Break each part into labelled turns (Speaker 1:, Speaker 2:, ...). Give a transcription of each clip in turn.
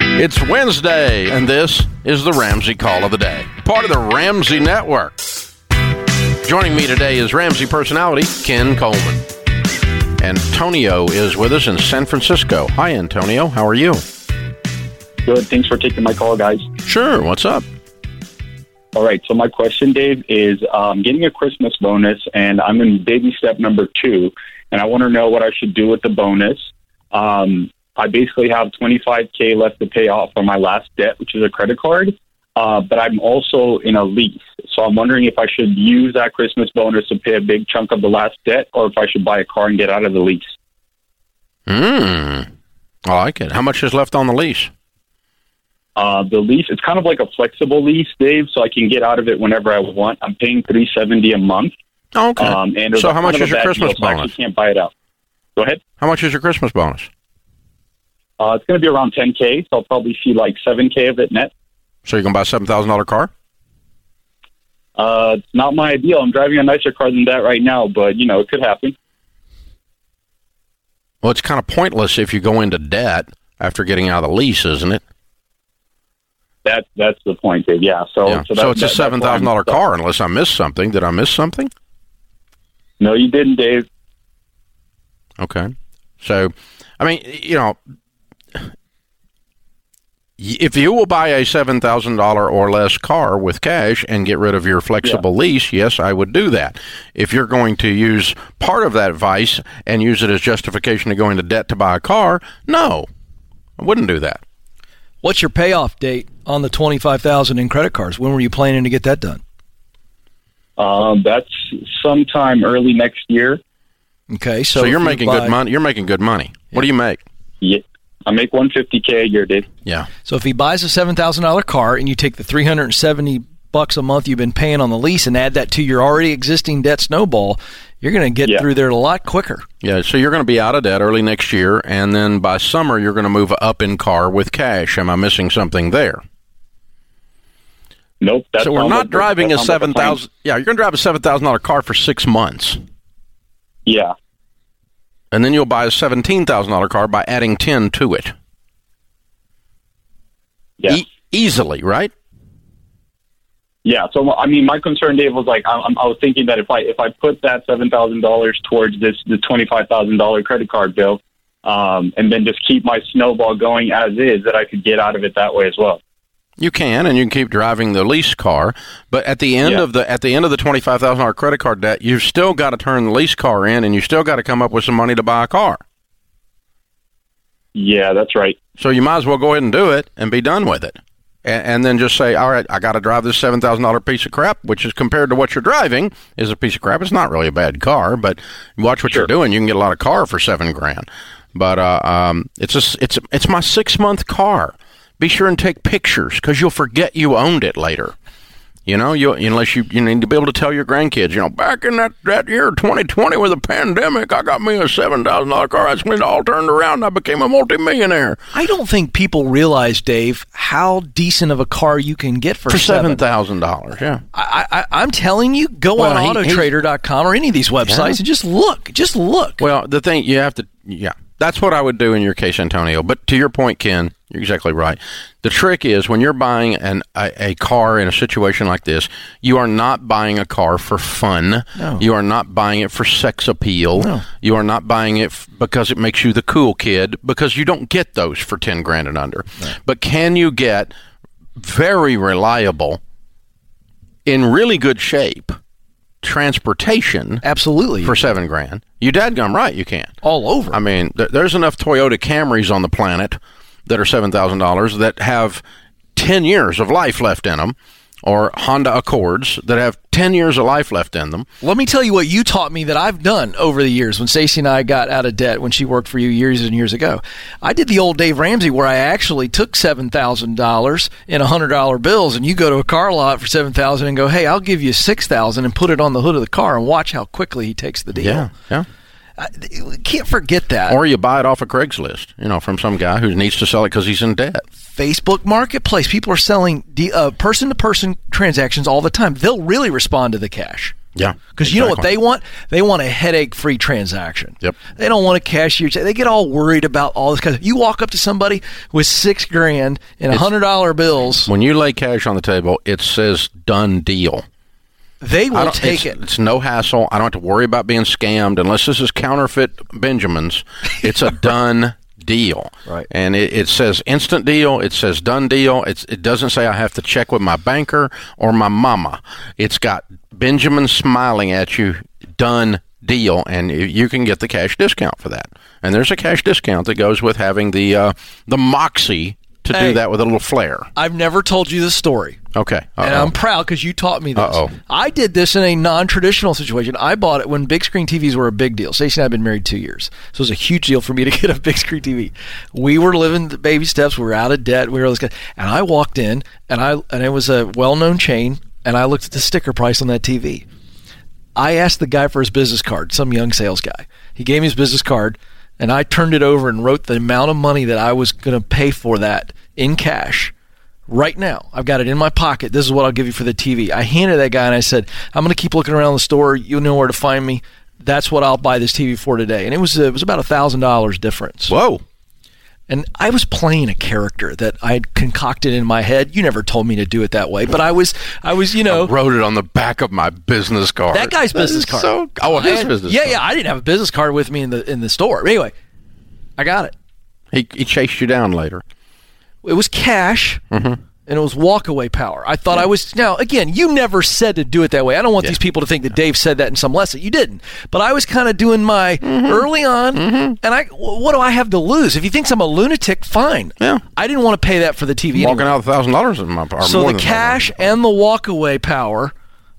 Speaker 1: It's Wednesday, and this is the Ramsey Call of the Day, part of the Ramsey Network. Joining me today is Ramsey personality Ken Coleman. Antonio is with us in San Francisco. Hi, Antonio. How are you?
Speaker 2: Good. Thanks for taking my call, guys.
Speaker 1: Sure. What's up?
Speaker 2: All right. So my question, Dave, is um, getting a Christmas bonus, and I'm in baby step number two, and I want to know what I should do with the bonus. Um, I basically have 25k left to pay off on my last debt, which is a credit card. Uh, but I'm also in a lease, so I'm wondering if I should use that Christmas bonus to pay a big chunk of the last debt, or if I should buy a car and get out of the lease.
Speaker 1: Hmm. I like it. How much is left on the lease?
Speaker 2: Uh, the lease it's kind of like a flexible lease, Dave, so I can get out of it whenever I want. I'm paying 370 a month.
Speaker 1: Oh, okay.
Speaker 2: Um, and it was
Speaker 1: so
Speaker 2: a
Speaker 1: how
Speaker 2: kind
Speaker 1: much
Speaker 2: of a
Speaker 1: is your
Speaker 2: bad
Speaker 1: Christmas
Speaker 2: deal, so I actually
Speaker 1: bonus?
Speaker 2: can't buy it out. Go ahead.
Speaker 1: How much is your Christmas bonus?
Speaker 2: Uh, it's going to be around 10K, so I'll probably see like 7K of it net.
Speaker 1: So you're gonna buy a seven thousand dollar car?
Speaker 2: Uh, it's not my ideal. I'm driving a nicer car than that right now, but, you know, it could happen.
Speaker 1: Well, it's kind of pointless if you go into debt after getting out of the lease, isn't it?
Speaker 2: That That's the point, Dave. Yeah. So,
Speaker 1: yeah.
Speaker 2: Oh, so, that,
Speaker 1: so it's a
Speaker 2: that- that's why
Speaker 1: seven
Speaker 2: I'm
Speaker 1: thousand dollar
Speaker 2: stuck.
Speaker 1: car, unless I missed something. Did I miss something?
Speaker 2: No, you didn't, Dave.
Speaker 1: Okay. So, I mean, you know, if you will buy a seven thousand dollar or less car with cash and get rid of your flexible lease, yes, I would do that. If you're going to use part of that advice and use it as justification to go into debt to buy a car, no, I wouldn't do that.
Speaker 3: What's your payoff date on the twenty five thousand in credit cards? When were you planning to get that done?
Speaker 2: Um, that's sometime early next year.
Speaker 3: Okay, so,
Speaker 1: So,
Speaker 3: if
Speaker 1: you're
Speaker 3: you
Speaker 1: making
Speaker 3: buy-
Speaker 1: good money. You're making good money. What do you make?
Speaker 2: Yeah. I make 150K a year, Dave.
Speaker 1: Yeah.
Speaker 3: So if he buys a seven thousand dollar car and you take the three hundred and seventy bucks a month you've been paying on the lease and add that to your already existing debt snowball, you're going to get
Speaker 2: Yeah.
Speaker 3: through there a lot quicker.
Speaker 1: Yeah, so you're going to be out of debt early next year, and then by summer you're going to move up in car with cash. Am I missing something there?
Speaker 2: Nope. That
Speaker 1: so we're
Speaker 2: sounds
Speaker 1: not
Speaker 2: like-
Speaker 1: driving
Speaker 2: that
Speaker 1: a
Speaker 2: sounds like
Speaker 1: seven
Speaker 2: plan.
Speaker 1: thousand. Yeah, you're going to drive a seven thousand dollar car for six months,
Speaker 2: Yeah.
Speaker 1: and then you'll buy a seventeen thousand dollar car by adding ten to it
Speaker 2: Yeah.
Speaker 1: E- easily, right?
Speaker 2: Yeah, so I mean, my concern, Dave, was like I, I'm- I was thinking that if I if I put that seven thousand dollars towards this the twenty five thousand dollar credit card bill, um, and then just keep my snowball going as is, that I could get out of it that way as well.
Speaker 1: You can, and you can keep driving the lease car. But at the end
Speaker 2: Yeah.
Speaker 1: of the at the end of the twenty five thousand dollar credit card debt, you've still got to turn the lease car in, and you still got to come up with some money to buy a car.
Speaker 2: Yeah, that's right.
Speaker 1: So you might as well go ahead and do it and be done with it. And, and then just say, all right, I got to drive this $7,000 piece of crap, which is compared to what you're driving is a piece of crap. It's not really a bad car, but watch what you're
Speaker 2: Sure.
Speaker 1: doing. You can get a lot of car for seven grand. But uh, um, it's, a s it's, it's my six month car. Be sure and take pictures because you'll forget you owned it later. You know, you unless you you need to be able to tell your grandkids, you know, back in that, that year, 2020, with the pandemic, I got me a seven thousand dollar car. I spent it all turned around. And I became a multimillionaire.
Speaker 3: I don't think people realize, Dave, how decent of a car you can get for,
Speaker 1: for seven
Speaker 3: seven.
Speaker 1: thousand dollars. Yeah,
Speaker 3: I, I, I'm telling you, go
Speaker 1: Well,
Speaker 3: on
Speaker 1: he- he's-
Speaker 3: Autotrader.com or any of these websites
Speaker 1: Yeah.
Speaker 3: and just look. Just look.
Speaker 1: Well, the thing you have to, yeah, that's what I would do in your case, Antonio. But to your point, Ken, you're exactly right. The trick is when you're buying an a, a car in a situation like this, you are not buying a car for fun.
Speaker 3: No.
Speaker 1: You are not buying it for sex appeal.
Speaker 3: No.
Speaker 1: You are not buying it f- because it makes you the cool kid. Because you don't get those for ten grand and under. But can you get very reliable, in really good shape, transportation?
Speaker 3: Absolutely.
Speaker 1: for seven grand. You dadgum right, you can.
Speaker 3: all over.
Speaker 1: I mean, th- there's enough Toyota Camrys on the planet that are seven thousand dollars that have ten years of life left in them, or Honda Accords that have ten years of life left in them.
Speaker 3: Let me tell you what you taught me that I've done over the years when Stacey and I got out of debt when she worked for you years and years ago. I did the old Dave Ramsey where I actually took $7,000 in $100 bills and you go to a car lot for 7000 and go, hey, I'll give you 6000 and put it on the hood of the car and watch how quickly he takes the deal.
Speaker 1: yeah.
Speaker 3: I, we can't forget that.
Speaker 1: Or you buy it off of Craigslist, you know, from some guy who needs to sell it because he's in debt.
Speaker 3: Facebook uh, Marketplace, people are selling person to person transactions all the time. They'll really respond to the cash.
Speaker 1: Yeah.
Speaker 3: Because you know what
Speaker 1: exactly.
Speaker 3: they want? They want a headache free transaction.
Speaker 1: Yep.
Speaker 3: They don't want a cashier check. They get all worried about all this. Because you walk up to somebody with six grand and $100 bills,
Speaker 1: When you lay cash on the table, it says done deal.
Speaker 3: they
Speaker 1: I
Speaker 3: will
Speaker 1: don't-
Speaker 3: take
Speaker 1: it's,
Speaker 3: it.
Speaker 1: It's no hassle. I don't have to worry about being scammed unless this is counterfeit Benjamins. It's a done deal.
Speaker 3: Right.
Speaker 1: And it, it says instant deal. It says done deal. It's, it doesn't say I have to check with my banker or my mama. It's got Benjamin smiling at you. Done deal, and y- you can get the cash discount for that. And there's a cash discount that goes with having the uh, the moxie to
Speaker 3: Hey.
Speaker 1: do that with a little flair.
Speaker 3: I've never told you this story.
Speaker 1: Okay.
Speaker 3: And
Speaker 1: Uh-oh.
Speaker 3: I'm proud because you taught me this.
Speaker 1: Uh-oh.
Speaker 3: I did this in a non-traditional situation. I bought it when big screen TVs were a big deal. Stacey and I have been married two years, so it was a huge deal for me to get a big screen TV. We were living the baby steps. We were out of debt. We were all this guy, and I walked in, and I and it was a well-known chain, and I looked at the sticker price on that TV. I asked the guy for his business card, some young sales guy. He gave me his business card, and I turned it over and wrote the amount of money that I was going to pay for that in cash right now. I've got it in my pocket. This is what I'll give you for the TV. I handed that guy and I said, I'm going to keep looking around the store. You know where to find me. That's what I'll buy this TV for today. And it was, uh, it was about a $1,000 difference.
Speaker 1: Whoa.
Speaker 3: And I was playing a character that I had concocted in my head. You never told me to do it that way, but I was, I was, you know.
Speaker 1: wrote it on the back of my business card.
Speaker 3: That guy's
Speaker 1: That is
Speaker 3: business card.
Speaker 1: So, oh, his
Speaker 3: I-
Speaker 1: business.
Speaker 3: Yeah,
Speaker 1: card.
Speaker 3: yeah. I didn't have a business card with me in the in the store. Anyway, I got it.
Speaker 1: He, he chased you down later.
Speaker 3: It was cash,
Speaker 1: Mm-hmm.
Speaker 3: and it was walkaway power. I thought I was. Now, again, you never said to do it that way. I don't want these people to think that Dave said that in some lesson. You didn't. But I was kind of doing my
Speaker 1: Mm-hmm.
Speaker 3: early on, and I. wh- What do I have to lose? If he thinks I'm a lunatic, fine.
Speaker 1: Yeah.
Speaker 3: I didn't want to pay that for the TV.
Speaker 1: Walking
Speaker 3: anyway.
Speaker 1: out with thousand dollars in my pocket.
Speaker 3: So the cash and the walkaway power.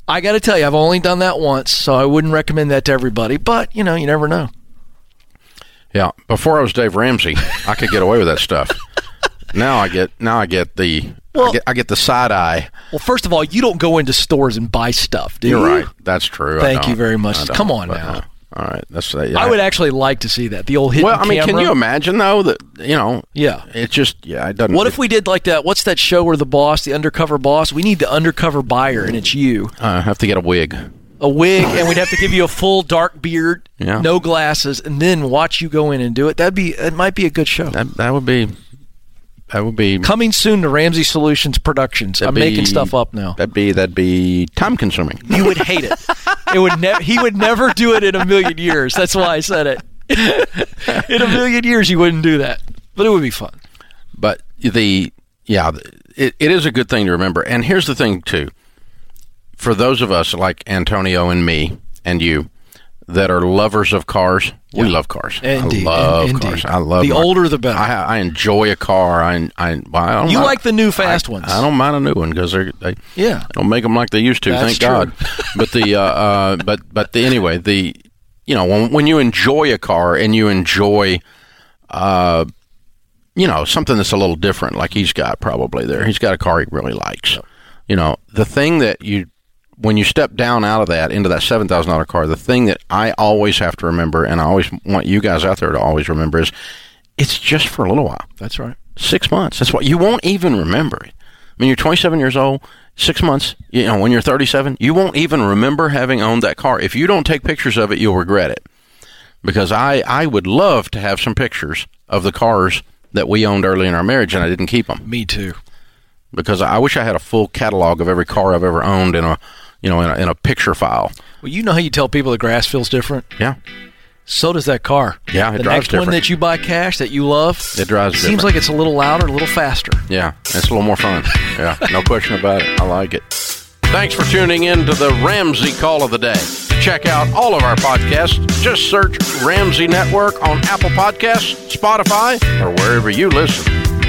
Speaker 3: I got to tell you, I've only done that once, so I wouldn't recommend that to everybody. But you know, you never know.
Speaker 1: Yeah. Before I was Dave Ramsey, I could get away with that stuff. now I get now I get the I,
Speaker 3: Well-
Speaker 1: get, I get the side eye.
Speaker 3: Well, first of all, you don't go into stores and buy stuff, do
Speaker 1: You're
Speaker 3: you?
Speaker 1: right. That's true. I
Speaker 3: Thank you
Speaker 1: don't.
Speaker 3: very much.
Speaker 1: I don't,
Speaker 3: Come on
Speaker 1: but,
Speaker 3: now.
Speaker 1: uh, all right. That's uh, yeah.
Speaker 3: I would actually like to see that. The old hidden
Speaker 1: Well, I mean, can
Speaker 3: camera.
Speaker 1: you imagine though that you know?
Speaker 3: Yeah.
Speaker 1: It just yeah. It doesn't.
Speaker 3: What if we did like that? What's that show where the boss, the undercover boss? We need the undercover buyer, and it's you.
Speaker 1: I have to get a wig?
Speaker 3: A wig, and we'd have to give you a full dark beard,
Speaker 1: Yeah.
Speaker 3: no glasses, and then watch you go in and do it. That'd be. It might be a good show.
Speaker 1: That that would be. That would be.
Speaker 3: Coming soon to Ramsey Solutions Productions. I'm
Speaker 1: that'd be-
Speaker 3: making stuff up now.
Speaker 1: That'd be that'd be time consuming.
Speaker 3: You would hate it. It would never. He would never do it in a million years. That's why I said it. in a million years, you wouldn't do that, but it would be fun.
Speaker 1: But the yeah, it, it is a good thing to remember. And here's the thing too, for those of us like Antonio and me and you that are lovers of cars, we love cars.
Speaker 3: Indeed.
Speaker 1: I love
Speaker 3: Indeed.
Speaker 1: cars. I love
Speaker 3: The
Speaker 1: my-
Speaker 3: older the better.
Speaker 1: I, I enjoy a car. I I, well, I don't
Speaker 3: You
Speaker 1: mind-
Speaker 3: like the new fast ones.
Speaker 1: I don't mind a new one because they they
Speaker 3: Yeah.
Speaker 1: don't make them like they used to.
Speaker 3: That's
Speaker 1: thank God. But the uh, uh, but but the anyway the you know when when you enjoy a car and you enjoy uh you know something that's a little different like he's got probably there he's got a car he really likes you know the thing that you when you step down out of that into that seven thousand dollar car the thing that I always have to remember and I always want you guys out there to always remember is it's just for a little while
Speaker 3: That's right.
Speaker 1: six months. That's what you won't even remember it. I mean, you're 27 years old. Six months. You know, when you're 37, you won't even remember having owned that car. If you don't take pictures of it, you'll regret it. Because I, I would love to have some pictures of the cars that we owned early in our marriage, and I didn't keep them
Speaker 3: Me too.
Speaker 1: because I wish I had a full catalog of every car I've ever owned in a, you know, in a, in a picture file.
Speaker 3: Well, you know how you tell people the grass feels different.
Speaker 1: Yeah,
Speaker 3: So does that car.
Speaker 1: Yeah, it
Speaker 3: the
Speaker 1: drives
Speaker 3: next one
Speaker 1: different.
Speaker 3: that you buy cash that you love.
Speaker 1: It drives
Speaker 3: Seems
Speaker 1: different.
Speaker 3: like it's a little louder, a little faster.
Speaker 1: Yeah, it's a little more fun. Yeah, no question about it. I like it. Thanks for tuning in to the Ramsey Call of the Day. Check out all of our podcasts. Just search Ramsey Network on Apple Podcasts, Spotify, or wherever you listen.